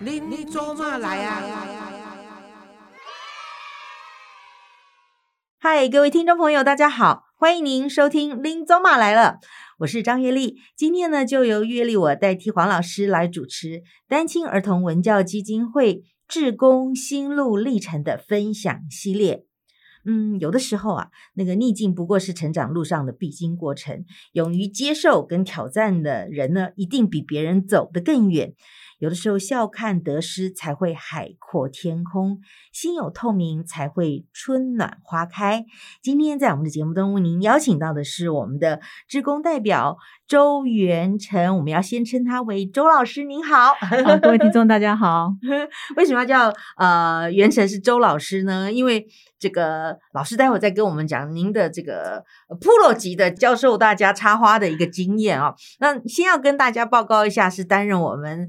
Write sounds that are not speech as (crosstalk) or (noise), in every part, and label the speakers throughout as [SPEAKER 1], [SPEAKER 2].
[SPEAKER 1] 您您做嘛来啊？
[SPEAKER 2] 嗨，各位听众朋友，大家好，欢迎您收听《林走马来了》，我是张月丽。今天呢，就由月丽我代替黄老师来主持单亲儿童文教基金会志工心路历程的分享系列。嗯，有的时候啊，那个逆境不过是成长路上的必经过程。勇于接受跟挑战的人呢，一定比别人走得更远。有的时候笑看得失，才会海阔天空；心有透明，才会春暖花开。今天在我们的节目中为您邀请到的是我们的职工代表周元成，我们要先称他为周老师。您好， (laughs)
[SPEAKER 3] 好，啊各位听众大家好，
[SPEAKER 2] 为什么要叫呃元成是周老师呢？因为这个老师待会儿再跟我们讲您的这个 pro 级的教授大家插花的一个经验啊、那先要跟大家报告一下，是担任我们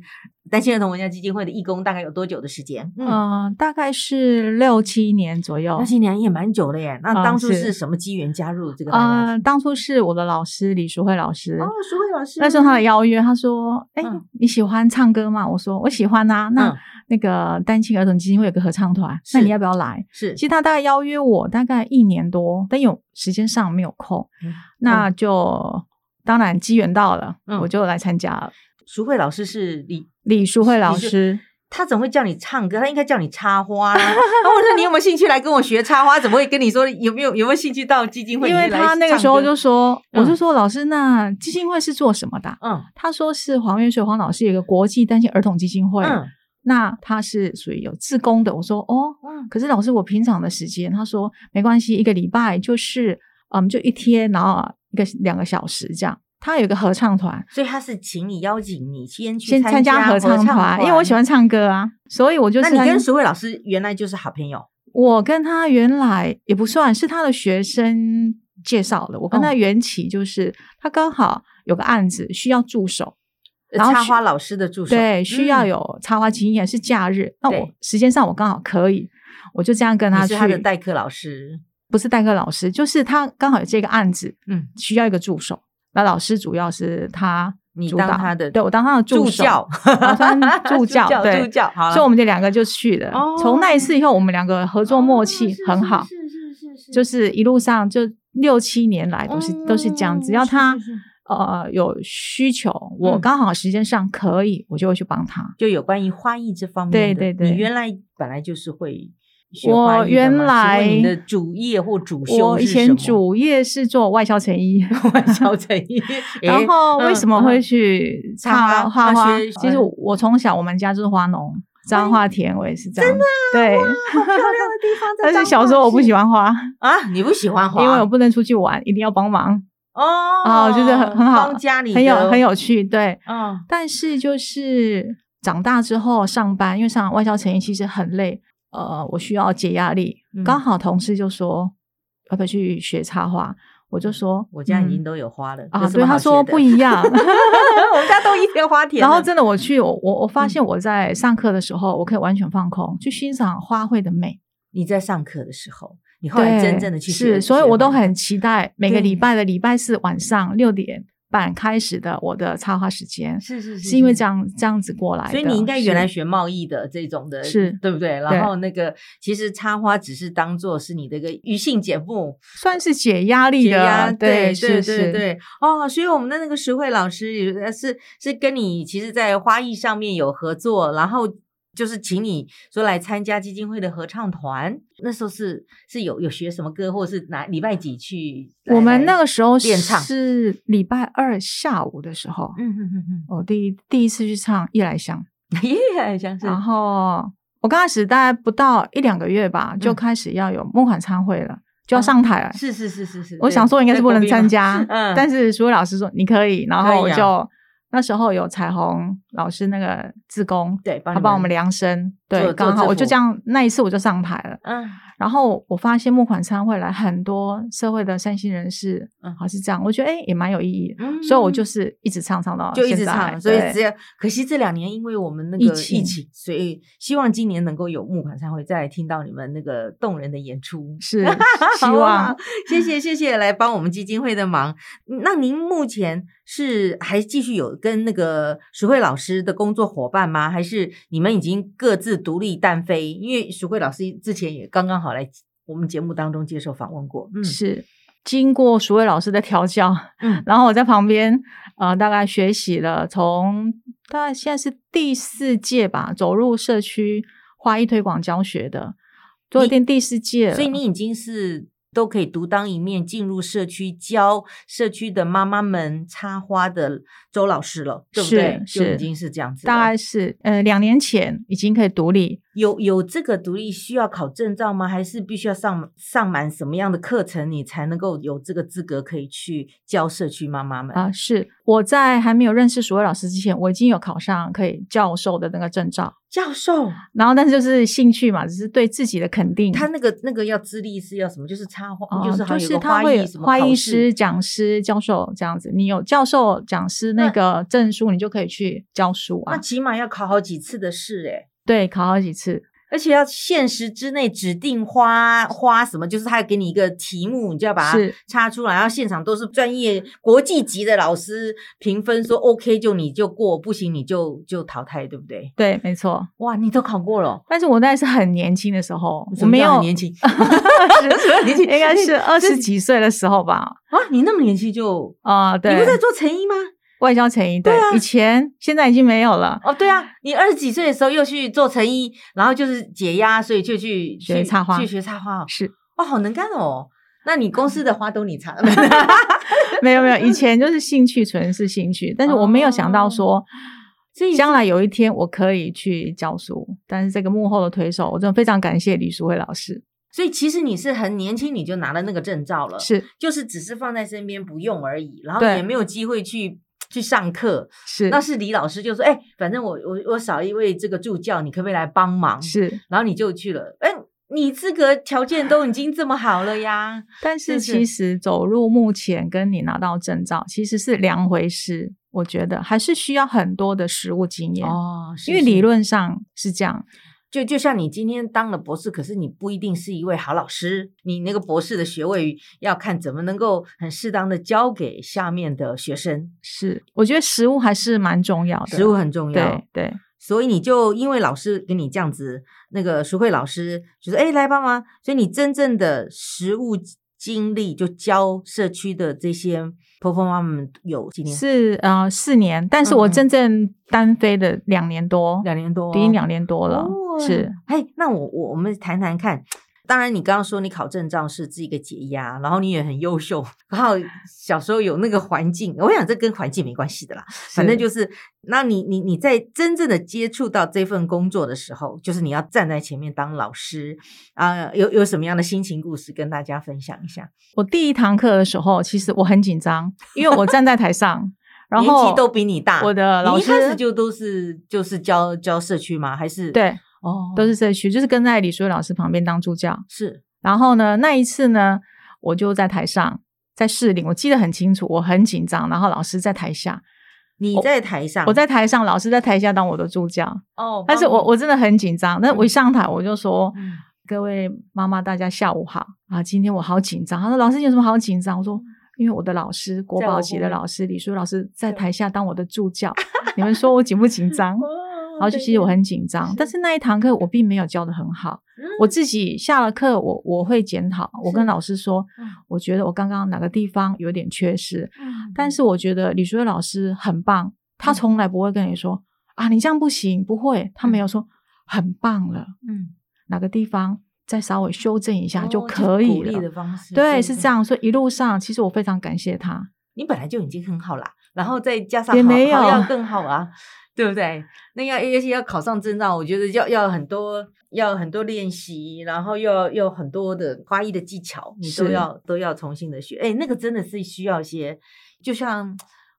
[SPEAKER 2] 单亲儿童文教基金会的义工大概有多久的时间？
[SPEAKER 3] 嗯、，大概是六七年左右
[SPEAKER 2] 那。些年也蛮久了耶。那
[SPEAKER 3] 嗯
[SPEAKER 2] 当初
[SPEAKER 3] 哦是
[SPEAKER 2] 是什么机缘加入这个大家
[SPEAKER 3] 呃，当初是我的老师李淑慧老师，
[SPEAKER 2] 哦，淑慧老师，
[SPEAKER 3] 那时候他的邀约，他说：“哎、
[SPEAKER 2] 嗯
[SPEAKER 3] 你喜欢唱歌吗？”我说：“我喜欢啊。那”
[SPEAKER 2] 嗯
[SPEAKER 3] 那个单亲儿童基金会有个合唱团，
[SPEAKER 2] 是
[SPEAKER 3] 那你要不要来？
[SPEAKER 2] 是
[SPEAKER 3] 其实他大概邀约我大概一年多，但有时间上没有空，
[SPEAKER 2] 嗯
[SPEAKER 3] 那就、当然机缘到了，
[SPEAKER 2] 嗯
[SPEAKER 3] 我就来参加了。
[SPEAKER 2] 淑慧老师是李
[SPEAKER 3] 李淑慧老
[SPEAKER 2] 你是
[SPEAKER 3] 师，
[SPEAKER 2] 他怎么会叫你唱歌？他应该叫你插花啦。啊他问说你有没有兴趣来跟我学插花？怎么会跟你说有没有有没有兴趣到基金会里
[SPEAKER 3] 因为
[SPEAKER 2] 面来唱歌？
[SPEAKER 3] 他那个时候就说，
[SPEAKER 2] 嗯
[SPEAKER 3] 我就说老师，那基金会是做什么的啊？
[SPEAKER 2] 嗯
[SPEAKER 3] 他说是黄元水黄老师有一个国际单亲儿童基金会，
[SPEAKER 2] 嗯
[SPEAKER 3] 那他是属于有志工的。我说哦，
[SPEAKER 2] 嗯
[SPEAKER 3] 可是老师我平常的时间，他说没关系，一个礼拜就是嗯就一天，然后一个两个小时这样。他有一个合唱团，
[SPEAKER 2] 所以他是请你邀请你先去
[SPEAKER 3] 先参
[SPEAKER 2] 加
[SPEAKER 3] 合
[SPEAKER 2] 唱
[SPEAKER 3] 唱团，因为我喜。欢唱歌啊，所以我就
[SPEAKER 2] 那
[SPEAKER 3] 是
[SPEAKER 2] 你
[SPEAKER 3] 参
[SPEAKER 2] 跟淑慧老师原来就是好朋友，
[SPEAKER 3] 我跟他原来也不算是他的学生介绍的，我跟
[SPEAKER 2] 哦
[SPEAKER 3] 他缘起就是、他刚好有个案子需要助手，
[SPEAKER 2] 呃
[SPEAKER 3] 然后
[SPEAKER 2] 插
[SPEAKER 3] 需
[SPEAKER 2] 花老师的助手，
[SPEAKER 3] 对，需要
[SPEAKER 2] 嗯
[SPEAKER 3] 有插花经验，是假日，那我
[SPEAKER 2] 对
[SPEAKER 3] 时间上我刚好可以，我就这样跟
[SPEAKER 2] 你
[SPEAKER 3] 他去。
[SPEAKER 2] 是他的代课老师，
[SPEAKER 3] 不是代课老师，就是他刚好有这个案子
[SPEAKER 2] 嗯，
[SPEAKER 3] 需要一个助手，那老师主要是他
[SPEAKER 2] 你
[SPEAKER 3] 主
[SPEAKER 2] 当
[SPEAKER 3] 导
[SPEAKER 2] 他的
[SPEAKER 3] 对我当他的
[SPEAKER 2] 助
[SPEAKER 3] 手
[SPEAKER 2] 教
[SPEAKER 3] 我当助教
[SPEAKER 2] (laughs) 助教，
[SPEAKER 3] 对
[SPEAKER 2] 助教，好了，
[SPEAKER 3] 所以我们这两个就去了。
[SPEAKER 2] 哦
[SPEAKER 3] 从那一次以后，我们两个合作默契很好，
[SPEAKER 2] 是是是哦是
[SPEAKER 3] 就是一路上就六七年来都是、都是这样，只要他呃有需求，我
[SPEAKER 2] 嗯
[SPEAKER 3] 刚好时间上可以，我就会去帮他。
[SPEAKER 2] 就有关于花艺这方面
[SPEAKER 3] 对
[SPEAKER 2] 的
[SPEAKER 3] 对对
[SPEAKER 2] 你原来本来就是会学
[SPEAKER 3] 我
[SPEAKER 2] 花艺的吗
[SPEAKER 3] 原
[SPEAKER 2] 请问
[SPEAKER 3] 来
[SPEAKER 2] 你的主业或主修
[SPEAKER 3] 我以
[SPEAKER 2] 是什
[SPEAKER 3] 前
[SPEAKER 2] 么
[SPEAKER 3] 主业是做外销
[SPEAKER 2] (laughs)
[SPEAKER 3] 成衣，
[SPEAKER 2] 外销成
[SPEAKER 3] (laughs)
[SPEAKER 2] 衣，
[SPEAKER 3] 然后为什么
[SPEAKER 2] 学？
[SPEAKER 3] 会去
[SPEAKER 2] 嗯插
[SPEAKER 3] 插
[SPEAKER 2] 花
[SPEAKER 3] 画
[SPEAKER 2] 那哎
[SPEAKER 3] 花
[SPEAKER 2] 学？
[SPEAKER 3] 其实我从小我们家就是花农，彰化田我也是这样。真的、对，，
[SPEAKER 2] 啊好漂亮的地方
[SPEAKER 3] (laughs) 但是小时候我不喜
[SPEAKER 2] 欢
[SPEAKER 3] 欢花，
[SPEAKER 2] 啊，你不喜欢花，
[SPEAKER 3] 因为我不能出去玩，一定要帮忙
[SPEAKER 2] 哦
[SPEAKER 3] 啊、就是很很好，
[SPEAKER 2] 帮家里
[SPEAKER 3] 很有
[SPEAKER 2] 的
[SPEAKER 3] 很有趣。对，
[SPEAKER 2] 嗯
[SPEAKER 3] 但是就是长大之后上班，因为上外销成衣其实很累，呃，我需要解压力。
[SPEAKER 2] 嗯
[SPEAKER 3] 刚好同事就说要不要去学插画，我就说
[SPEAKER 2] 我家已
[SPEAKER 3] 嗯
[SPEAKER 2] 经都有花了
[SPEAKER 3] 啊，对，他说不，一 (laughs) 样。
[SPEAKER 2] (laughs) 我们家都一片花田了，
[SPEAKER 3] 然后真的，我去，我我我
[SPEAKER 2] 嗯
[SPEAKER 3] 发现我在上课的时候，我可以完全放空，去欣赏花卉的美。
[SPEAKER 2] 你在上课的时候，你后来
[SPEAKER 3] 对，
[SPEAKER 2] 真正的去学
[SPEAKER 3] 是，所以我都。
[SPEAKER 2] 学花
[SPEAKER 3] 很期待每个
[SPEAKER 2] 对
[SPEAKER 3] 礼拜的礼拜四晚上六点半开始的我的插花时间，
[SPEAKER 2] 是是是，
[SPEAKER 3] 是因为这样这样子过来的。
[SPEAKER 2] 所以你应该原来
[SPEAKER 3] 是
[SPEAKER 2] 学贸易的这种的，
[SPEAKER 3] 是
[SPEAKER 2] 对不对？然后那个其实插花只是当做是你的一个余兴节目，
[SPEAKER 3] 算是解压力
[SPEAKER 2] 解
[SPEAKER 3] 的，
[SPEAKER 2] 压，对
[SPEAKER 3] 是
[SPEAKER 2] 对
[SPEAKER 3] 是，
[SPEAKER 2] 对。哦，所以我们的那个石慧老师也呃是是跟你其实，在花艺上面有合作，然后就是请你说来参加基金会的合唱团。那时候是是有有学什么歌，或者是哪礼拜几去来？
[SPEAKER 3] 我们那
[SPEAKER 2] 来
[SPEAKER 3] 个时候
[SPEAKER 2] 练唱
[SPEAKER 3] 是礼拜二下午的时候，
[SPEAKER 2] 嗯嗯嗯
[SPEAKER 3] 我第一第一次去唱《夜来香》。
[SPEAKER 2] (laughs) 嗯，耶，像是
[SPEAKER 3] 然后我刚开始大概不到一两个月吧，就
[SPEAKER 2] 嗯
[SPEAKER 3] 开始要有募款参会了，就要
[SPEAKER 2] 哦
[SPEAKER 3] 上台了。
[SPEAKER 2] 是是是是是，
[SPEAKER 3] 我
[SPEAKER 2] 对
[SPEAKER 3] 想说应该
[SPEAKER 2] 在
[SPEAKER 3] 是不
[SPEAKER 2] 国
[SPEAKER 3] 能
[SPEAKER 2] 宾
[SPEAKER 3] 参
[SPEAKER 2] 嘛
[SPEAKER 3] 加， (laughs)
[SPEAKER 2] 嗯
[SPEAKER 3] 但是所有老师说你可以，然
[SPEAKER 2] 可以
[SPEAKER 3] 后我
[SPEAKER 2] 啊
[SPEAKER 3] 就、那时候有彩虹老师那个志工，
[SPEAKER 2] 对，帮
[SPEAKER 3] 他
[SPEAKER 2] 你
[SPEAKER 3] 帮我们量身，对，
[SPEAKER 2] 做
[SPEAKER 3] 刚好
[SPEAKER 2] 做
[SPEAKER 3] 我
[SPEAKER 2] 制
[SPEAKER 3] 就
[SPEAKER 2] 服
[SPEAKER 3] 这样那一次我就上台了。
[SPEAKER 2] 嗯
[SPEAKER 3] 然后我发现募款商会来很多社会的善心人士，
[SPEAKER 2] 嗯
[SPEAKER 3] 嗯，好是这样，我觉得哎、也蛮有意义的，
[SPEAKER 2] 嗯
[SPEAKER 3] 所以我就是一直唱唱到
[SPEAKER 2] 就一直
[SPEAKER 3] 啊现在
[SPEAKER 2] 唱，所以
[SPEAKER 3] 对
[SPEAKER 2] 只有可惜这两年因为我们那
[SPEAKER 3] 疫
[SPEAKER 2] 个疫
[SPEAKER 3] 情
[SPEAKER 2] 情，所以希望今年能够有募款餐会再来听到你们那个动人的演出。
[SPEAKER 3] (laughs)
[SPEAKER 2] (laughs)
[SPEAKER 3] 是希
[SPEAKER 2] 好啊
[SPEAKER 3] 望，
[SPEAKER 2] 谢谢谢谢来帮我们基金会的忙。嗯那您目前是还继续有跟那个淑慧老师的工作伙伴吗？还是你们已经各自独立单飞？因为淑慧老师之前也刚刚好来我们节目当中接受访问过，嗯，
[SPEAKER 3] 是经过淑伟老师的调教，
[SPEAKER 2] 嗯
[SPEAKER 3] (laughs) 然后我在旁边呃大概学习了从大概现在是第四届吧，走入社区花艺推广教学的，做
[SPEAKER 2] 你
[SPEAKER 3] 店第四届了，
[SPEAKER 2] 所以你已经是都可以独当一面进入社区教社区的妈妈们插花的周老师了，对不对？
[SPEAKER 3] 是是
[SPEAKER 2] 就已经是这样子了。
[SPEAKER 3] 大概是呃两年前已经可以独立
[SPEAKER 2] 有有这个独立需要考证照吗？还是必须要上上满什么样的课程，你才能够有这个资格可以去教社区妈妈们？
[SPEAKER 3] 啊、是我在还没有认识淑伟老师之前，我已经有考上可以教授的那个证照，
[SPEAKER 2] 教授
[SPEAKER 3] 然后但是就是兴趣嘛，只是对自己的肯定。
[SPEAKER 2] 他那个那个要资历是要什么？就是插花，
[SPEAKER 3] 哦
[SPEAKER 2] 就是好像有个
[SPEAKER 3] 他
[SPEAKER 2] 花
[SPEAKER 3] 会
[SPEAKER 2] 艺
[SPEAKER 3] 有
[SPEAKER 2] 什么
[SPEAKER 3] 花
[SPEAKER 2] 考
[SPEAKER 3] 艺
[SPEAKER 2] 试
[SPEAKER 3] 师、讲师、教授这样子，你有教授、讲师那
[SPEAKER 2] 那
[SPEAKER 3] 个证书，你就可以去教书
[SPEAKER 2] 那
[SPEAKER 3] 啊。
[SPEAKER 2] 起码要考好几次的试哎、
[SPEAKER 3] 对，考好几次，
[SPEAKER 2] 而且要限时之内指定花花什么，就是他给你一个题目，你就要把它
[SPEAKER 3] 是
[SPEAKER 2] 插出来，然后现场都是专业国际级的老师评分，说 OK 就你就过，不行你就就淘汰，对不对？
[SPEAKER 3] 对，没错。
[SPEAKER 2] 哇，你都考过了，
[SPEAKER 3] 但是我那是很年轻的时候，
[SPEAKER 2] 什
[SPEAKER 3] 我
[SPEAKER 2] 么
[SPEAKER 3] 没
[SPEAKER 2] 叫很
[SPEAKER 3] 有
[SPEAKER 2] 年轻，什么 (laughs) 年轻 (laughs)
[SPEAKER 3] 应该是二
[SPEAKER 2] 这
[SPEAKER 3] 十几岁的时候吧。
[SPEAKER 2] 啊，你那么年轻就，
[SPEAKER 3] 啊、
[SPEAKER 2] 你
[SPEAKER 3] 对
[SPEAKER 2] 不，是在做成衣吗？
[SPEAKER 3] 外交成衣，对，
[SPEAKER 2] 对啊
[SPEAKER 3] 以前现在已经没有了。
[SPEAKER 2] 哦，对啊， (laughs) 你二十几岁的时候又去做成衣，然后就是解压，所以就去
[SPEAKER 3] 学
[SPEAKER 2] 去
[SPEAKER 3] 插花
[SPEAKER 2] 去学插花哦，
[SPEAKER 3] 是
[SPEAKER 2] 哇，好能干 (laughs) 哦。那你公司的花都你插？ (laughs)
[SPEAKER 3] 没有没有，以前就是兴趣，纯是兴趣，但是我没有想到说，
[SPEAKER 2] 哦所以
[SPEAKER 3] 将来有一天我可以去教书。但是这个幕后的推手，我真的非常感谢李淑慧老师。
[SPEAKER 2] 所以其实你是很年轻，你就拿了那个证照了，
[SPEAKER 3] 是
[SPEAKER 2] 就是只是放在身边不用而已，然后
[SPEAKER 3] 对
[SPEAKER 2] 也没有机会去去上课。
[SPEAKER 3] 是
[SPEAKER 2] 那是李老师就说：“哎、反正我我我少一位这个助教，你可不可以来帮忙
[SPEAKER 3] 是，？”
[SPEAKER 2] 然后你就去了。哎、你资格条件都已经这么好了
[SPEAKER 3] (laughs)
[SPEAKER 2] 呀，
[SPEAKER 3] 但
[SPEAKER 2] 是是
[SPEAKER 3] 是其实走入目前跟你拿到证照其实是两回事，我觉得还是需要很多的实务经验。
[SPEAKER 2] 哦，
[SPEAKER 3] 因为理论上是这样，
[SPEAKER 2] 就就像你今天当了博士，可是你不一定是一位好老师，你那个博士的学位要看怎么能够很适当的教给下面的学生，
[SPEAKER 3] 是我觉得实务还是蛮重要的。
[SPEAKER 2] 实务很重要
[SPEAKER 3] 对。对
[SPEAKER 2] 所以你就因为老师给你这样子，那个淑慧老师就说：“哎、来帮忙。”所以你真正的实务经历就教社区的这些婆婆妈妈们有几年？
[SPEAKER 3] 是呃四年，但是
[SPEAKER 2] 嗯
[SPEAKER 3] 我
[SPEAKER 2] 嗯
[SPEAKER 3] 真正单飞的两年多，
[SPEAKER 2] 两年多、
[SPEAKER 3] 已经两年多了，
[SPEAKER 2] 哦
[SPEAKER 3] 是。
[SPEAKER 2] 哎，那我我我们谈谈看。当然，你刚刚说你考证照是自己一个解压，然后你也很优秀，然后小时候有那个环境，我想这跟环境没关系的啦，反正就是，那你你你在真正的接触到这份工作的时候，就是你要站在前面当老师啊、有有什么样的心情故事跟大家分享一下？
[SPEAKER 3] 我第一堂课的时候，其实我很紧张，因为我站在台上，然
[SPEAKER 2] (laughs) 年
[SPEAKER 3] 后
[SPEAKER 2] 纪都比你大，
[SPEAKER 3] 我的老
[SPEAKER 2] 你一开
[SPEAKER 3] 师
[SPEAKER 2] 始就都是就是教教社区吗？还是
[SPEAKER 3] 对
[SPEAKER 2] 哦，
[SPEAKER 3] 都是社区，就是跟在李淑慧老师旁边当助教。
[SPEAKER 2] 是
[SPEAKER 3] 然后呢，那一次呢，我就在台上，在市领，我记得很清楚，我很紧张。然后老师在台下，
[SPEAKER 2] 你在台上，
[SPEAKER 3] 我在台上，老师在台下当我的助教。
[SPEAKER 2] 啊哦，
[SPEAKER 3] 但是
[SPEAKER 2] 帮
[SPEAKER 3] 我
[SPEAKER 2] 你
[SPEAKER 3] 我真的很紧张，但我一上台我就说。
[SPEAKER 2] 嗯
[SPEAKER 3] 各位妈妈，大家下午好啊！今天我好紧张。他说：“老师，你有什么好紧张？”我说：“因为我的老师，国
[SPEAKER 2] 在我
[SPEAKER 3] 宝
[SPEAKER 2] 后
[SPEAKER 3] 级的
[SPEAKER 2] 面
[SPEAKER 3] 老师李淑老师在
[SPEAKER 2] 对哦
[SPEAKER 3] 台下当我的助教， (laughs) 你们说我紧不紧张？”然后就其实我很紧张
[SPEAKER 2] 是，嗯
[SPEAKER 3] 但是那一堂课我并没有教的很好，我自己下了课我我会检讨，我
[SPEAKER 2] 是
[SPEAKER 3] 跟老师说
[SPEAKER 2] 嗯，
[SPEAKER 3] 我觉得我刚刚哪个地方有点缺失，但是我觉得李淑慧老师很棒，
[SPEAKER 2] 嗯
[SPEAKER 3] 她从来不会跟你说啊你这样不行，不会，她没有说很棒了。
[SPEAKER 2] 嗯
[SPEAKER 3] 哪个地方再稍微修正一下
[SPEAKER 2] 哦
[SPEAKER 3] 就
[SPEAKER 2] 就
[SPEAKER 3] 可
[SPEAKER 2] 是
[SPEAKER 3] 以
[SPEAKER 2] 鼓励
[SPEAKER 3] 了。
[SPEAKER 2] 的方式，
[SPEAKER 3] 对，是这
[SPEAKER 2] 样。
[SPEAKER 3] 样。所以一路上，其实我非常感谢他。
[SPEAKER 2] 你本来就已经很好啦，然后再加上
[SPEAKER 3] 也
[SPEAKER 2] 好
[SPEAKER 3] 没
[SPEAKER 2] 好
[SPEAKER 3] 有
[SPEAKER 2] 要更好啊，对不对？那要尤其要考上证照，我觉得要要很多要很多练习，然后又要又很多的花艺的技巧，你都
[SPEAKER 3] 是
[SPEAKER 2] 要都要重新的学。哎，那个真的是需要一些，就像。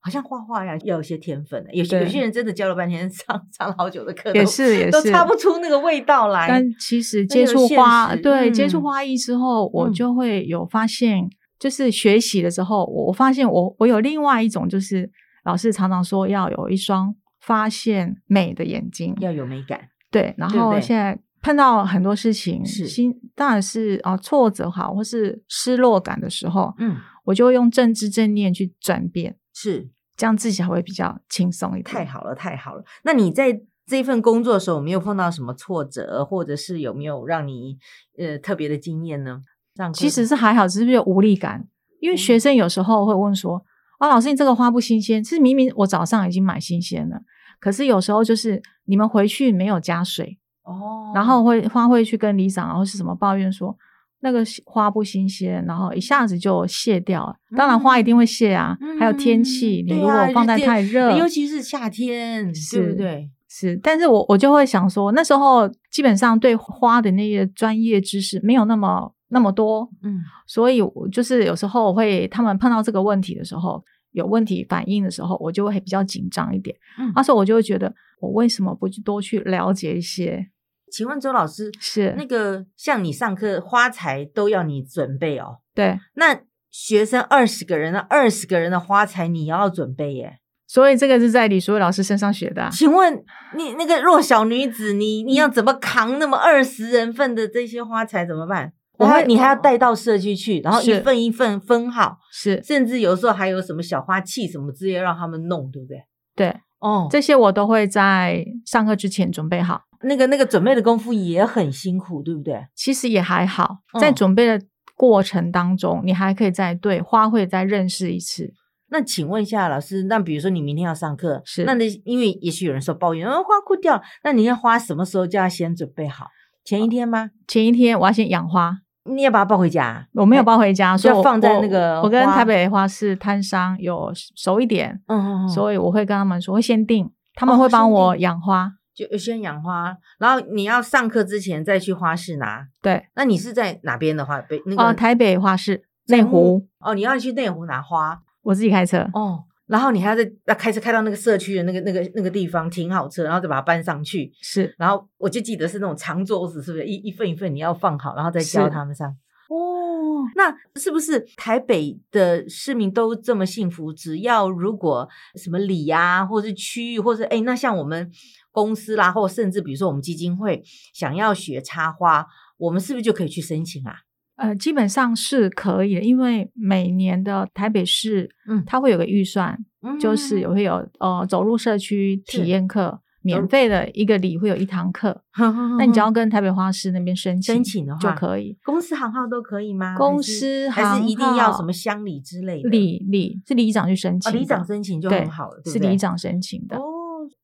[SPEAKER 2] 好像画画呀，要有些天分的。有些
[SPEAKER 3] 对
[SPEAKER 2] 有些人真的教了半天， (laughs) 上上了好久的课，都 (laughs)
[SPEAKER 3] 也是也
[SPEAKER 2] 都
[SPEAKER 3] 是
[SPEAKER 2] 擦不出那个味道来
[SPEAKER 3] 但。其实
[SPEAKER 2] 那
[SPEAKER 3] 接
[SPEAKER 2] 个
[SPEAKER 3] 触
[SPEAKER 2] 现
[SPEAKER 3] 花，
[SPEAKER 2] 实
[SPEAKER 3] 对、接触
[SPEAKER 2] 嗯
[SPEAKER 3] 花艺之后，我
[SPEAKER 2] 嗯
[SPEAKER 3] 就会有发现，就是学习的时候，我我发现我我有另外一种，就是老师常常说要有一双发现美的眼睛，
[SPEAKER 2] 要有美感，
[SPEAKER 3] 对，然
[SPEAKER 2] 对不
[SPEAKER 3] 后
[SPEAKER 2] 对
[SPEAKER 3] 现在。碰到很多事情，
[SPEAKER 2] 是
[SPEAKER 3] 心当然是啊、挫折好，或是失落感的时候，
[SPEAKER 2] 嗯，
[SPEAKER 3] 我就会用正知正念去转变，
[SPEAKER 2] 是
[SPEAKER 3] 这样自己还会比较轻松一点。
[SPEAKER 2] 太好了，太好了。那你在这份工作的时候，有没有碰到什么挫折，或者是有没有让你呃特别的经验呢？让
[SPEAKER 3] 其实是还好，只是有无力感。因为
[SPEAKER 2] 嗯
[SPEAKER 3] 学生有时候会问说：“啊，老师，你这个花不新鲜？”其实明明我早上已经买新鲜了，可是有时候就是你们回去没有加水，
[SPEAKER 2] 哦，
[SPEAKER 3] 然后会花会去跟里长然后是什么抱怨说那个花不新鲜，然后一下子就谢掉了。当然花一定会谢啊，还有天气，
[SPEAKER 2] 嗯
[SPEAKER 3] 你
[SPEAKER 2] 对
[SPEAKER 3] 如果
[SPEAKER 2] 啊
[SPEAKER 3] 放在
[SPEAKER 2] 天
[SPEAKER 3] 太热，
[SPEAKER 2] 尤其是夏天，对
[SPEAKER 3] 是
[SPEAKER 2] 不对？
[SPEAKER 3] 是，但是我我就会想说，那时候基本上对花的那些专业知识没有那么那么多，
[SPEAKER 2] 嗯，
[SPEAKER 3] 所以我就是有时候会他们碰到这个问题的时候，有问题反应的时候，我就会比较紧张一点。
[SPEAKER 2] 嗯
[SPEAKER 3] 那时候我就会觉得，我为什么不去多去了解一些？
[SPEAKER 2] 请问周老师，
[SPEAKER 3] 是，
[SPEAKER 2] 那个像你上课花材都要你准备哦，
[SPEAKER 3] 对，
[SPEAKER 2] 那学生二十个人，那二十个人的花材你要准备耶？
[SPEAKER 3] 所以这个是在李淑慧老师身上学的啊、
[SPEAKER 2] 请问你那个弱小女子，你你
[SPEAKER 3] 嗯
[SPEAKER 2] 要怎么扛那么二十人份的这些花材怎么办？
[SPEAKER 3] 我
[SPEAKER 2] 然后
[SPEAKER 3] 会
[SPEAKER 2] 你还要带到社区去，然后一
[SPEAKER 3] 是
[SPEAKER 2] 份一份分好，
[SPEAKER 3] 是
[SPEAKER 2] 甚至有时候还有什么小花器什么之类让他们弄，对不对？
[SPEAKER 3] 对，
[SPEAKER 2] 哦，
[SPEAKER 3] 这些我都会在上课之前准备好。
[SPEAKER 2] 那个那个准备的功夫也很辛苦，对不对？
[SPEAKER 3] 其实也还好，在
[SPEAKER 2] 嗯
[SPEAKER 3] 准备的过程当中，你还可以再对花卉再认识一次。
[SPEAKER 2] 那请问一下老师，那比如说你明天要上课，
[SPEAKER 3] 是
[SPEAKER 2] 那那因为也许有人说抱怨，嗯，花枯掉了，那你要花什么时候就要先准备好？前
[SPEAKER 3] 啊
[SPEAKER 2] 一天吗？
[SPEAKER 3] 前一天我要先养花，
[SPEAKER 2] 你要把它抱回家啊？
[SPEAKER 3] 我没有
[SPEAKER 2] 哎
[SPEAKER 3] 抱回家，所以
[SPEAKER 2] 要
[SPEAKER 3] 我
[SPEAKER 2] 放在
[SPEAKER 3] 我
[SPEAKER 2] 那个
[SPEAKER 3] 我跟
[SPEAKER 2] 花
[SPEAKER 3] 台北花市摊商有熟一点，
[SPEAKER 2] 嗯嗯嗯，
[SPEAKER 3] 所以我会跟他们说会先定，他们
[SPEAKER 2] 哦
[SPEAKER 3] 会帮
[SPEAKER 2] 先
[SPEAKER 3] 我
[SPEAKER 2] 定
[SPEAKER 3] 养花。
[SPEAKER 2] 就先养花，然后你要上课之前再去花市拿。
[SPEAKER 3] 对，
[SPEAKER 2] 那你是在哪边的话？北那个
[SPEAKER 3] 哦、台北花市内
[SPEAKER 2] 木
[SPEAKER 3] 湖，
[SPEAKER 2] 哦，你要去内湖拿花
[SPEAKER 3] 我自己开车。
[SPEAKER 2] 哦，然后你还要再要开车开到那个社区的那个那个那个地方停好车，然后再把它搬上去。
[SPEAKER 3] 是
[SPEAKER 2] 然后我就记得是那种长桌子，是不是一一份一份你要放好，然后再教
[SPEAKER 3] 是
[SPEAKER 2] 他们上。哦，那是不是台北的市民都这么幸福？只要如果什么里啊，或是区域，或是哎，那像我们公司啦，或甚至比如说我们基金会想要学插花，我们是不是就可以去申请啊？
[SPEAKER 3] 呃，基本上是可以的，因为每年的台北市，
[SPEAKER 2] 嗯
[SPEAKER 3] 它会有个预算，就
[SPEAKER 2] (laughs)
[SPEAKER 3] 是有会有呃走入社区
[SPEAKER 2] 是
[SPEAKER 3] 体验课，
[SPEAKER 2] 入
[SPEAKER 3] 免费的一个礼会有一堂课，
[SPEAKER 2] 嗯，
[SPEAKER 3] 那你只 (laughs) 要跟台北花市那边申请
[SPEAKER 2] 申请的话
[SPEAKER 3] 就可以。
[SPEAKER 2] 公司行号都可以吗？
[SPEAKER 3] 公
[SPEAKER 2] 还是
[SPEAKER 3] 司
[SPEAKER 2] 还是一定要
[SPEAKER 3] 行号
[SPEAKER 2] 什么乡里之类的？
[SPEAKER 3] 里里是里长去申
[SPEAKER 2] 哦，
[SPEAKER 3] 请的，
[SPEAKER 2] 里长申请就
[SPEAKER 3] 对
[SPEAKER 2] 很好了，对
[SPEAKER 3] 是
[SPEAKER 2] 不对
[SPEAKER 3] 里长申请的。
[SPEAKER 2] 哦，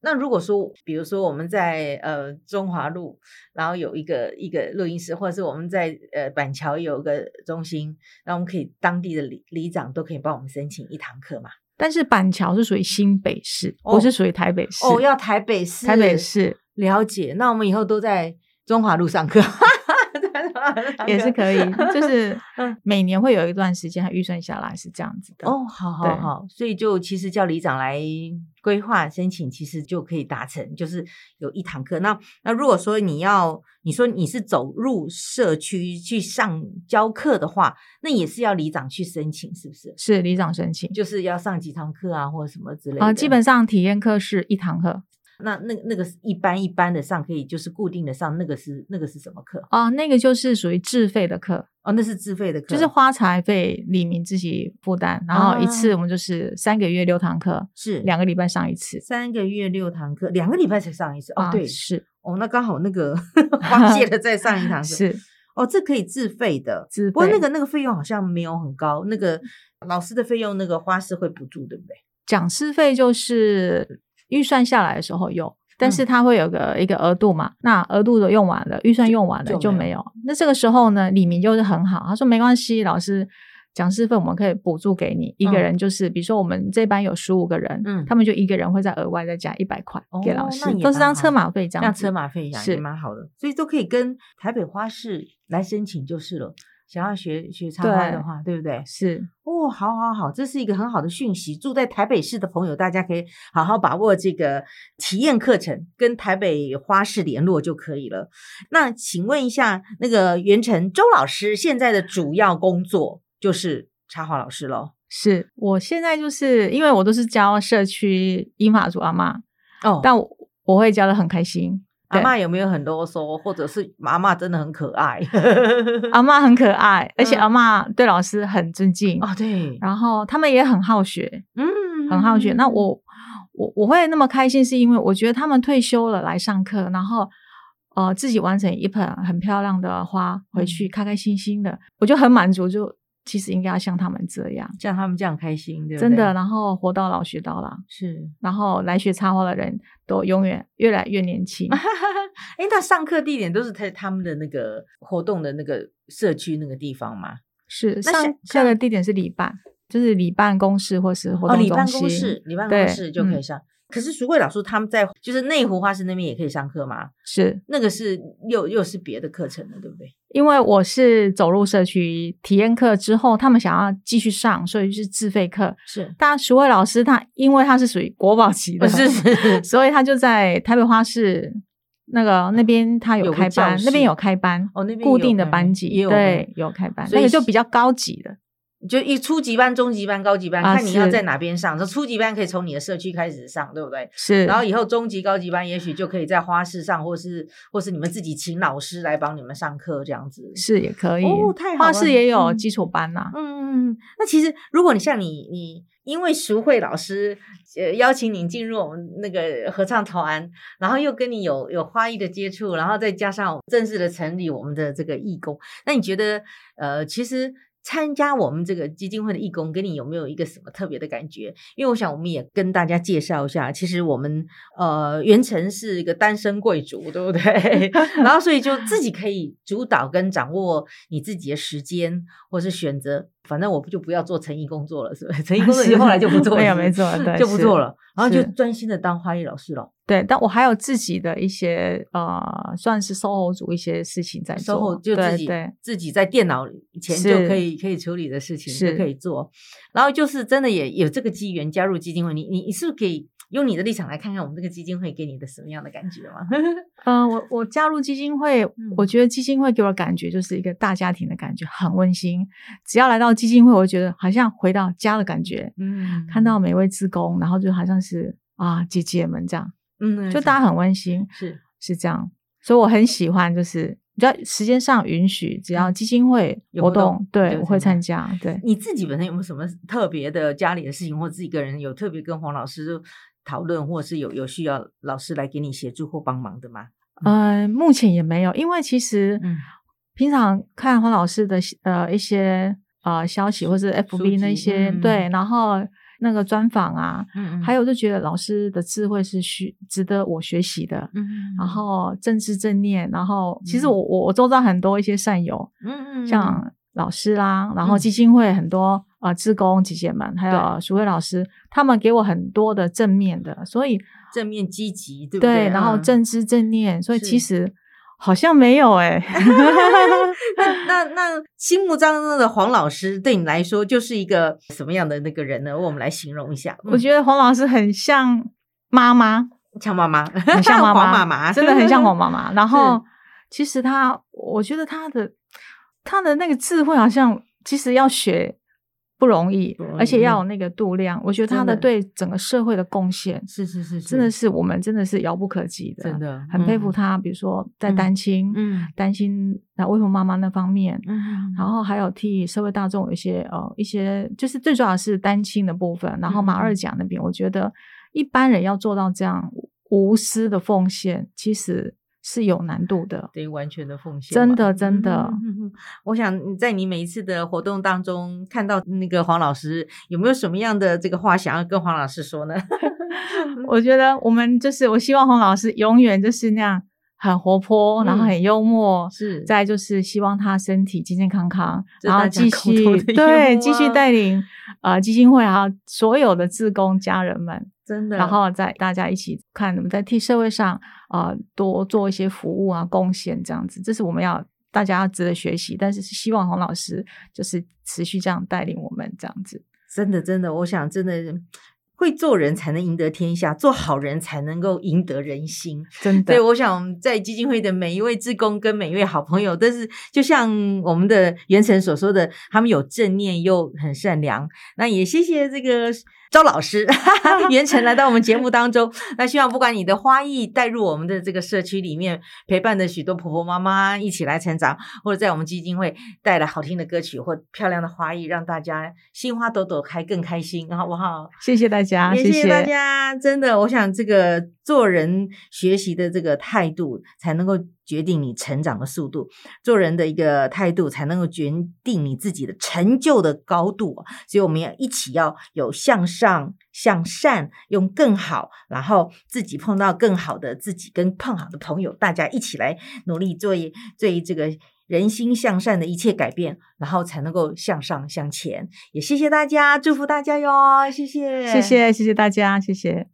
[SPEAKER 2] 那如果说，比如说我们在呃中华路，然后有一个一个录音室，或者是我们在呃板桥有个中心，那我们可以当地的里里长都可以帮我们申请一堂课嘛？
[SPEAKER 3] 但是板桥是属于新北市，
[SPEAKER 2] 哦
[SPEAKER 3] 不是属于台北市。
[SPEAKER 2] 哦，要台北市，
[SPEAKER 3] 台北市
[SPEAKER 2] 了解。那我们以后都在中华路上课， (laughs)
[SPEAKER 3] 也是可以，就是
[SPEAKER 2] 嗯
[SPEAKER 3] 每年会有一段时间，它预算下来是这样子的。
[SPEAKER 2] 哦，好好
[SPEAKER 3] 对
[SPEAKER 2] 好，所以就其实叫里长来规划申请，其实就可以达成，就是有一堂课。那那如果说你要，你说你是走入社区去上教课的话，那也是要里长去申请，是不是？
[SPEAKER 3] 是里长申请
[SPEAKER 2] 就是要上几堂课啊，或者什么之类的。
[SPEAKER 3] 啊、基本上体验课是一堂课
[SPEAKER 2] 那那那个是一般一般的上，可以就是固定的上，那个是那个是什么课？
[SPEAKER 3] 啊、那个就是属于自费的课，
[SPEAKER 2] 哦，那是自费的课，
[SPEAKER 3] 就是花材费李明自己负担，然后一次
[SPEAKER 2] 啊
[SPEAKER 3] 我们就是三个月六堂课，
[SPEAKER 2] 是
[SPEAKER 3] 两个礼拜上一次。
[SPEAKER 2] 三个月六堂课，两个礼拜才上一次。哦，
[SPEAKER 3] 啊
[SPEAKER 2] 对，
[SPEAKER 3] 是
[SPEAKER 2] 哦，那刚好那个 (laughs)
[SPEAKER 3] (laughs)
[SPEAKER 2] 花谢了再上一堂课。
[SPEAKER 3] 是
[SPEAKER 2] 哦，这可以自费的，
[SPEAKER 3] 自
[SPEAKER 2] 不过那
[SPEAKER 3] 费嗯
[SPEAKER 2] 个那个费用好像没有很高，那个老师的费用那个花是会补助，对不对？
[SPEAKER 3] 讲师费就是预算下来的时候有，
[SPEAKER 2] 嗯
[SPEAKER 3] 但是它会有个一个额度嘛，那额度的用完了，预算用完了
[SPEAKER 2] 就
[SPEAKER 3] 就
[SPEAKER 2] 没
[SPEAKER 3] 没有。那这个时候呢，李明就是很好，他说没关系，老师。讲师费我们可以补助给你一个
[SPEAKER 2] 嗯
[SPEAKER 3] 人，就是、比如说我们这班有十五个人，
[SPEAKER 2] 嗯
[SPEAKER 3] 他们就一个人会再额外再加一百块给
[SPEAKER 2] 哦
[SPEAKER 3] 老师，
[SPEAKER 2] 那也
[SPEAKER 3] 都是
[SPEAKER 2] 蛮
[SPEAKER 3] 当车
[SPEAKER 2] 好
[SPEAKER 3] 马费这样
[SPEAKER 2] 那
[SPEAKER 3] 子
[SPEAKER 2] 车马费一样也
[SPEAKER 3] 是
[SPEAKER 2] 蛮好的，所以都可以跟台北花市来申请就是了。想要学学插花的
[SPEAKER 3] 对
[SPEAKER 2] 话，对不对？
[SPEAKER 3] 是
[SPEAKER 2] 哦，好好好，这是一个很好的讯息。住在台北市的朋友，大家可以好好把握这个体验课程，跟台北花市联络就可以了。那请问一下，那个袁晨周老师现在的主要工作就是插画老师喽？
[SPEAKER 3] 是，我现在就是因为我都是教社区英法族阿妈，
[SPEAKER 2] 哦，
[SPEAKER 3] 但我我会教的很开心。
[SPEAKER 2] 阿
[SPEAKER 3] 对
[SPEAKER 2] 妈有没有很啰嗦，或者是妈妈真的很可爱？ (laughs)
[SPEAKER 3] (laughs) 阿妈很可爱，而且
[SPEAKER 2] 嗯
[SPEAKER 3] 阿妈对老师很尊敬，
[SPEAKER 2] 哦，对，
[SPEAKER 3] 然后他们也很好学，
[SPEAKER 2] 嗯
[SPEAKER 3] 啊很好学。那我我我会那么开心，是因为我觉得他们退休了来上课，然后呃自己完成一盆很漂亮的花回去，
[SPEAKER 2] 嗯
[SPEAKER 3] 开开心心的，我就很满足。就其实应该要像他们这样，
[SPEAKER 2] 像他们这样开心，对不对？
[SPEAKER 3] 真的，然后活到老学到老，
[SPEAKER 2] 是。
[SPEAKER 3] 然后来学插花的人都永远越来越年轻。
[SPEAKER 2] 哎，那上课地点都是在他们的那个活动的那个社区那个地方吗？
[SPEAKER 3] 是
[SPEAKER 2] 那像
[SPEAKER 3] 上课的地点是里办，就是里办公室或是活
[SPEAKER 2] 哦，
[SPEAKER 3] 动
[SPEAKER 2] 里
[SPEAKER 3] 中
[SPEAKER 2] 办
[SPEAKER 3] 心。
[SPEAKER 2] 公室，里办公
[SPEAKER 3] 对
[SPEAKER 2] 室就可以
[SPEAKER 3] 嗯
[SPEAKER 2] 上。可是淑慧老师他们在就是内湖花市那边也可以上课吗？
[SPEAKER 3] 是
[SPEAKER 2] 那个是又又是别的课程了，对不对？
[SPEAKER 3] 因为我是走入社区体验课之后，他们想要继续上，所以就是自费课。
[SPEAKER 2] (laughs) 是，
[SPEAKER 3] 但徐慧老师他因为他是属于国宝级的，
[SPEAKER 2] 哦
[SPEAKER 3] (laughs)
[SPEAKER 2] 是是
[SPEAKER 3] 所以他就在台北花市那个那边他
[SPEAKER 2] 有
[SPEAKER 3] 有
[SPEAKER 2] 个
[SPEAKER 3] 开
[SPEAKER 2] 教
[SPEAKER 3] 班，那边
[SPEAKER 2] 室
[SPEAKER 3] 有开班，
[SPEAKER 2] 哦那边
[SPEAKER 3] 固
[SPEAKER 2] 有
[SPEAKER 3] 定的
[SPEAKER 2] 开
[SPEAKER 3] 班
[SPEAKER 2] 班
[SPEAKER 3] 级，
[SPEAKER 2] 也有
[SPEAKER 3] 对，有开班，
[SPEAKER 2] 所
[SPEAKER 3] 那
[SPEAKER 2] 以
[SPEAKER 3] 个就是比较高级的，
[SPEAKER 2] 就一初级班、中级班、高级班，
[SPEAKER 3] 啊
[SPEAKER 2] 看你要
[SPEAKER 3] 是
[SPEAKER 2] 在哪边上。这初级班可以从你的社区开始上，对不对？
[SPEAKER 3] 是，
[SPEAKER 2] 然后以后中级、高级班也许就可以在花市上，或是或是你们自己请老师来帮你们上课这样子。
[SPEAKER 3] 是也可以，
[SPEAKER 2] 哦太好
[SPEAKER 3] 花
[SPEAKER 2] 了
[SPEAKER 3] 市也有
[SPEAKER 2] 嗯
[SPEAKER 3] 基础班呐、
[SPEAKER 2] 嗯，那其实如果你像你，你因为淑慧老师呃邀请你进入我们那个合唱团，然后又跟你有有花艺的接触，然后再加上正式的成立我们的这个义工，那你觉得呃，其实参加我们这个基金会的义工，给你有没有一个什么特别的感觉？因为我想我们也跟大家介绍一下，其实我们呃袁晨是一个单身贵族，对不对？ (laughs) 然后所以就自己可以主导跟掌握你自己的时间，或是选择。反正我不就不要做成艺工作了，是不是？ (laughs) 成艺工作你
[SPEAKER 3] 是
[SPEAKER 2] 后来就不做了，
[SPEAKER 3] 没有
[SPEAKER 2] 是不是 (laughs)
[SPEAKER 3] 没做对
[SPEAKER 2] 就不
[SPEAKER 3] 是
[SPEAKER 2] 做了，然后就是专心的当花艺老师了。
[SPEAKER 3] 对，但我还有自己的一些呃，算是售后组一些事情在做，
[SPEAKER 2] 售后就自己
[SPEAKER 3] 对
[SPEAKER 2] 自己在电脑前
[SPEAKER 3] 是
[SPEAKER 2] 就可以可以处理的事情
[SPEAKER 3] 是
[SPEAKER 2] 就可以做，然后就是真的也有这个机缘加入基金会，你你你是不是可以用你的立场来看看我们这个基金会给你的什么样的感觉吗？
[SPEAKER 3] 对，嗯、我我加入基金会，
[SPEAKER 2] 嗯
[SPEAKER 3] 我觉得基金会给我的感觉就是一个大家庭的感觉，很温馨。只要来到基金会，我就觉得好像回到家的感觉，
[SPEAKER 2] 嗯
[SPEAKER 3] 看到每位职工，然后就好像是啊姐姐们这样，
[SPEAKER 2] (laughs) 嗯
[SPEAKER 3] 就大家很温馨，
[SPEAKER 2] 是
[SPEAKER 3] 是这样，所以我很喜欢，就是只要时间上允许，只要基金会
[SPEAKER 2] 嗯有
[SPEAKER 3] 活
[SPEAKER 2] 活动
[SPEAKER 3] 动，
[SPEAKER 2] 你
[SPEAKER 3] 对
[SPEAKER 2] 就
[SPEAKER 3] 我会
[SPEAKER 2] 参
[SPEAKER 3] 参加，对。
[SPEAKER 2] 你自己本身有没有什么特别的家里的事情，或自己个人有特别跟黄老师讨论，或是有有需要老师来给你协助或帮忙的吗？
[SPEAKER 3] 呃，目前也没有，因为其实
[SPEAKER 2] 嗯
[SPEAKER 3] 平常看黄老师的呃一些呃消息或是
[SPEAKER 2] 书
[SPEAKER 3] FB 那
[SPEAKER 2] 籍
[SPEAKER 3] 些、
[SPEAKER 2] 嗯
[SPEAKER 3] 对，然后那个专访啊，
[SPEAKER 2] 嗯
[SPEAKER 3] 还有就觉得老师的智慧是需值得我学习的。
[SPEAKER 2] 嗯
[SPEAKER 3] 然后正知正念，然后其实
[SPEAKER 2] 嗯
[SPEAKER 3] 我我我周遭很多一些善友，
[SPEAKER 2] 嗯
[SPEAKER 3] 像老师啦，然后
[SPEAKER 2] 嗯
[SPEAKER 3] 基金会很多、呃志工姐姐们，还有
[SPEAKER 2] 对
[SPEAKER 3] 淑慧老师，他们给我很多的正面的，所以
[SPEAKER 2] 正面积极，对不
[SPEAKER 3] 对，然后
[SPEAKER 2] 嗯
[SPEAKER 3] 正知正念，所以
[SPEAKER 2] 是
[SPEAKER 3] 其实好像没有哎、
[SPEAKER 2] (laughs)
[SPEAKER 3] (laughs)
[SPEAKER 2] 那那那心目当中的黄老师对你来说就是一个什么样的那个人呢？我们来形容一下。
[SPEAKER 3] 我觉得黄老师很像妈妈，
[SPEAKER 2] 得像妈妈，
[SPEAKER 3] 很像妈
[SPEAKER 2] 黄
[SPEAKER 3] 妈，
[SPEAKER 2] 妈妈，
[SPEAKER 3] 真的很像黄。妈妈。然后其实他，我觉得他的他的那个智慧好像其实要学不容易，
[SPEAKER 2] 不容易
[SPEAKER 3] 而且要有那个度量。我觉得他
[SPEAKER 2] 真的
[SPEAKER 3] 的对整个社会的贡献，
[SPEAKER 2] (laughs) 是是是，
[SPEAKER 3] 真的是我们真的是遥不可及的，
[SPEAKER 2] 真的
[SPEAKER 3] 很佩服
[SPEAKER 2] 嗯
[SPEAKER 3] 他。比如说在
[SPEAKER 2] 嗯
[SPEAKER 3] 单亲，
[SPEAKER 2] 嗯
[SPEAKER 3] 担心啊未婚妈妈那方面，
[SPEAKER 2] 嗯
[SPEAKER 3] 然后还有替社会大众有一些呃一些，就是最主要是单亲的部分。然后
[SPEAKER 2] 嗯
[SPEAKER 3] 马二甲那边，我觉得一般人要做到这样无私的奉献，其实是有难度的。
[SPEAKER 2] 对完全的奉献嘛，
[SPEAKER 3] 真的真的
[SPEAKER 2] 嗯。嗯嗯嗯 (laughs) 我想在你每一次的活动当中，看到那个黄老师有没有什么样的这个话想要跟黄老师说呢？ (laughs) 嗯
[SPEAKER 3] (laughs) 我觉得我们就是，我希望洪老师永远就是那样很活泼，然后
[SPEAKER 2] 嗯
[SPEAKER 3] 很幽默。
[SPEAKER 2] 是
[SPEAKER 3] 再就是希望他身体健健康康，
[SPEAKER 2] 这
[SPEAKER 3] 然
[SPEAKER 2] 大
[SPEAKER 3] 后
[SPEAKER 2] 家
[SPEAKER 3] 继
[SPEAKER 2] 共同
[SPEAKER 3] 续
[SPEAKER 2] 的愿
[SPEAKER 3] 对
[SPEAKER 2] 望
[SPEAKER 3] 继续带领呃基金会还有所有的志工家人们
[SPEAKER 2] 真的，
[SPEAKER 3] 然后再大家一起看怎么在替社会上啊、呃多做一些服务啊贡献这样子，这是我们要大家值得学习，但是是希望洪老师就是持续这样带领我们这样子。
[SPEAKER 2] 真的，真的，我想真的会做人才能赢得天下，做好人才能够赢得人心。
[SPEAKER 3] 真的
[SPEAKER 2] 对，，我想在基金会的每一位志工跟每一位好朋友，但是就像我们的袁晨所说的，他们有正念又很善良。那也谢谢这个周老师 (laughs) 袁晨来到我们节目当中。那希望不管你的花艺带入我们的这个社区里面，陪伴着许多婆婆妈妈一起来成长，或者在我们基金会带来好听的歌曲或漂亮的花艺，让大家心花朵朵开更开心，好不好？
[SPEAKER 3] 谢谢大家，
[SPEAKER 2] 也
[SPEAKER 3] 谢
[SPEAKER 2] 谢大家，真的，我想这个做人学习的这个态度，才能够决定你成长的速度；做人的一个态度，才能够决定你自己的成就的高度哦。所以，我们要一起要有向上、向善，用更好，然后自己碰到更好的自己，跟碰好的朋友，大家一起来努力做一做一这个。人心向善的一切改变，然后才能够向上向前。也谢谢大家，祝福大家哟！谢谢，
[SPEAKER 3] 谢谢，谢谢大家，谢谢。